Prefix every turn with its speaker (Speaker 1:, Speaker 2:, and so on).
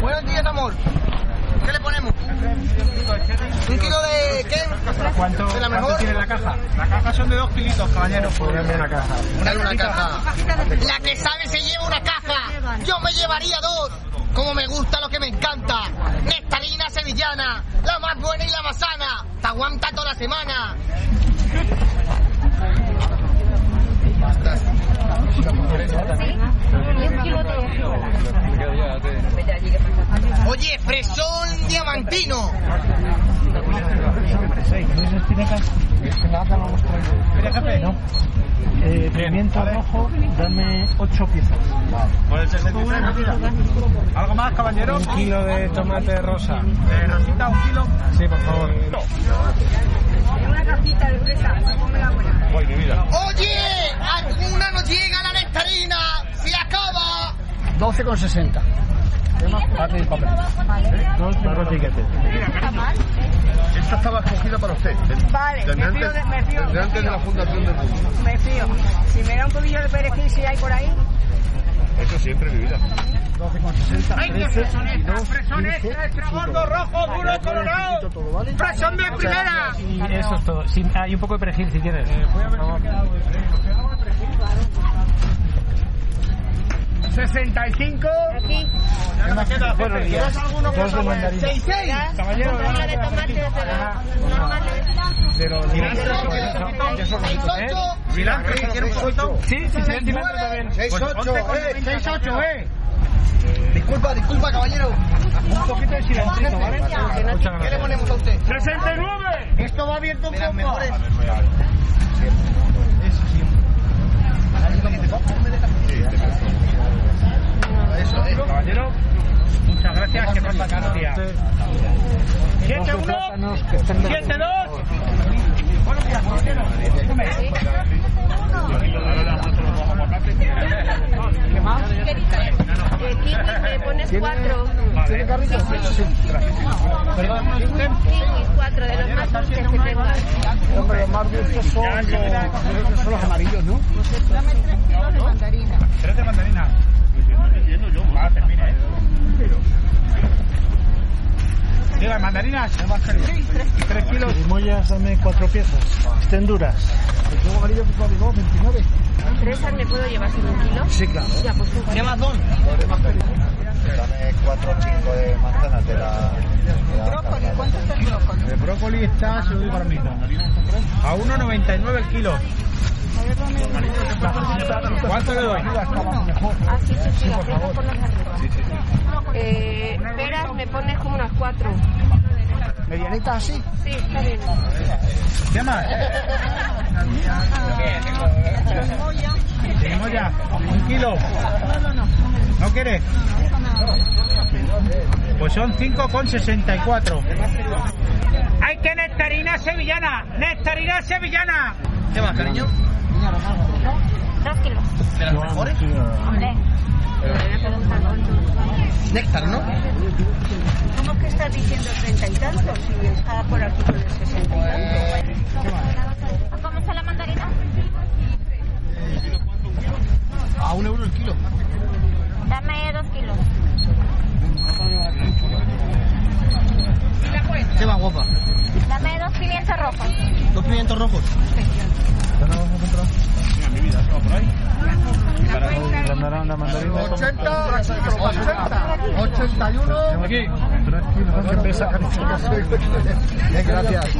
Speaker 1: Buenos días, amor. ¿Qué le ponemos? ¿Un kilo de qué? ¿De
Speaker 2: ¿Cuánto,
Speaker 1: la
Speaker 2: cuánto
Speaker 1: mejor?
Speaker 2: tiene la Pues caja? La caja son de dos kilitos, caballero. Ponerme una caja.
Speaker 1: Una, una caja. La que sabe se lleva una caja. Yo me llevaría dos. Como me gusta lo que me encanta. Nectarina sevillana. La más buena y la más sana. Te aguanta toda la semana. Oye, fresón diamantino.
Speaker 2: Mira, jefe. No. Eh, pimiento rojo, dame 8 piezas. Por el 63, ¿Algo más, caballero? Un kilo de tomate rosa. ¿De rosita, un kilo? Eh, Sí, por favor.
Speaker 1: Oye, alguna no llega la nectarina. Se acaba.
Speaker 2: 12,60. Papel y papel. Dos de tiquetes.
Speaker 3: Esta estaba escogida para usted. Desde
Speaker 4: Vale, me fío, de, me fío,
Speaker 3: desde antes de la fundación del mundo.
Speaker 4: me fío. Si me da un poquillo de perejil, si hay por ahí.
Speaker 3: Eso siempre, mi vida.
Speaker 1: ¡Ay, qué fresón extra! ¡Fresón extra! ¡Extra gordo, rojo, duro, colorado! ¡Fresón de primera!
Speaker 2: Y eso es todo. Sí, hay un poco de perejil si quieres. Eh, voy a ver 65.
Speaker 4: Aquí.
Speaker 2: Buenos días. Dos de mandarina. Caballero,
Speaker 4: Una
Speaker 2: vamos
Speaker 4: regla de
Speaker 2: a
Speaker 4: tomate,
Speaker 2: ver. Ah,
Speaker 4: pero-
Speaker 2: Pero
Speaker 3: Milán, ¿qué quiere un poquito?
Speaker 2: Sí, sí, sí, cilantro también.
Speaker 3: 6-8, eh, 6-8, eh.
Speaker 1: Disculpa, disculpa, caballero.
Speaker 2: Un poquito de cilantrito, ¿vale? Muchas
Speaker 1: ¿Qué le
Speaker 2: gracias.
Speaker 1: ponemos a usted?
Speaker 2: 69.
Speaker 1: Esto va abierto un poco. mejores. Eso eh. es.
Speaker 2: Caballero, muchas gracias. Que pasa caro día. 71. 72.
Speaker 4: Eh, kiwi, me pones cuatro.
Speaker 2: Perdón,
Speaker 4: Kiwi, cuatro, de los más dulces que tengas.
Speaker 2: Hombre, los más dulces son, los- son los amarillos, ¿no? Tres de mandarina. Ah, termina, ¿eh? Diga, mandarinas. Tres kilos. Mollas, dame cuatro piezas. Estén duras. El juego amarillo que vale dos, 29.
Speaker 4: Fresas me puedo llevar sin un kilo.
Speaker 2: Sí, claro.
Speaker 4: Ya, pues un
Speaker 1: ¿Qué más don?
Speaker 3: Dame 4 o 5 de manzanas de la. Brócoli, ¿cuánto está el brócoli?
Speaker 2: El brócoli está subido para mí. A 1,99 el kilo. ¿Cuánto le doy?
Speaker 4: Así, sí, sí, las fresas por las arriba. Eh, peras me pones como unas cuatro.
Speaker 2: ¿Medianitas así?
Speaker 4: ¿Ah, Sí, está bien.
Speaker 2: ¿Qué más? Tenemos ya un kilo. ¿No quieres? Pues son 5,64.
Speaker 1: ¡Ay, qué nectarina sevillana! ¡Nectarina sevillana! ¿Qué más, cariño?
Speaker 4: Dos kilos.
Speaker 1: ¿De las mejores?
Speaker 4: Hombre. Me voy a hacer un jalón.
Speaker 1: Néctar, ¿no?
Speaker 4: ¿Cómo que estás diciendo treinta y tantos si está por aquí con el sesenta y tantos? ¿Cómo está la mandarina?
Speaker 1: A un euro el kilo.
Speaker 4: Dame dos kilos.
Speaker 1: ¿Qué más, guapa?
Speaker 4: Dame dos pimientos rojos.
Speaker 1: Dos pimientos rojos.
Speaker 2: Mandarina, mandarina.
Speaker 3: 80, 81.
Speaker 2: Aquí. Gracias.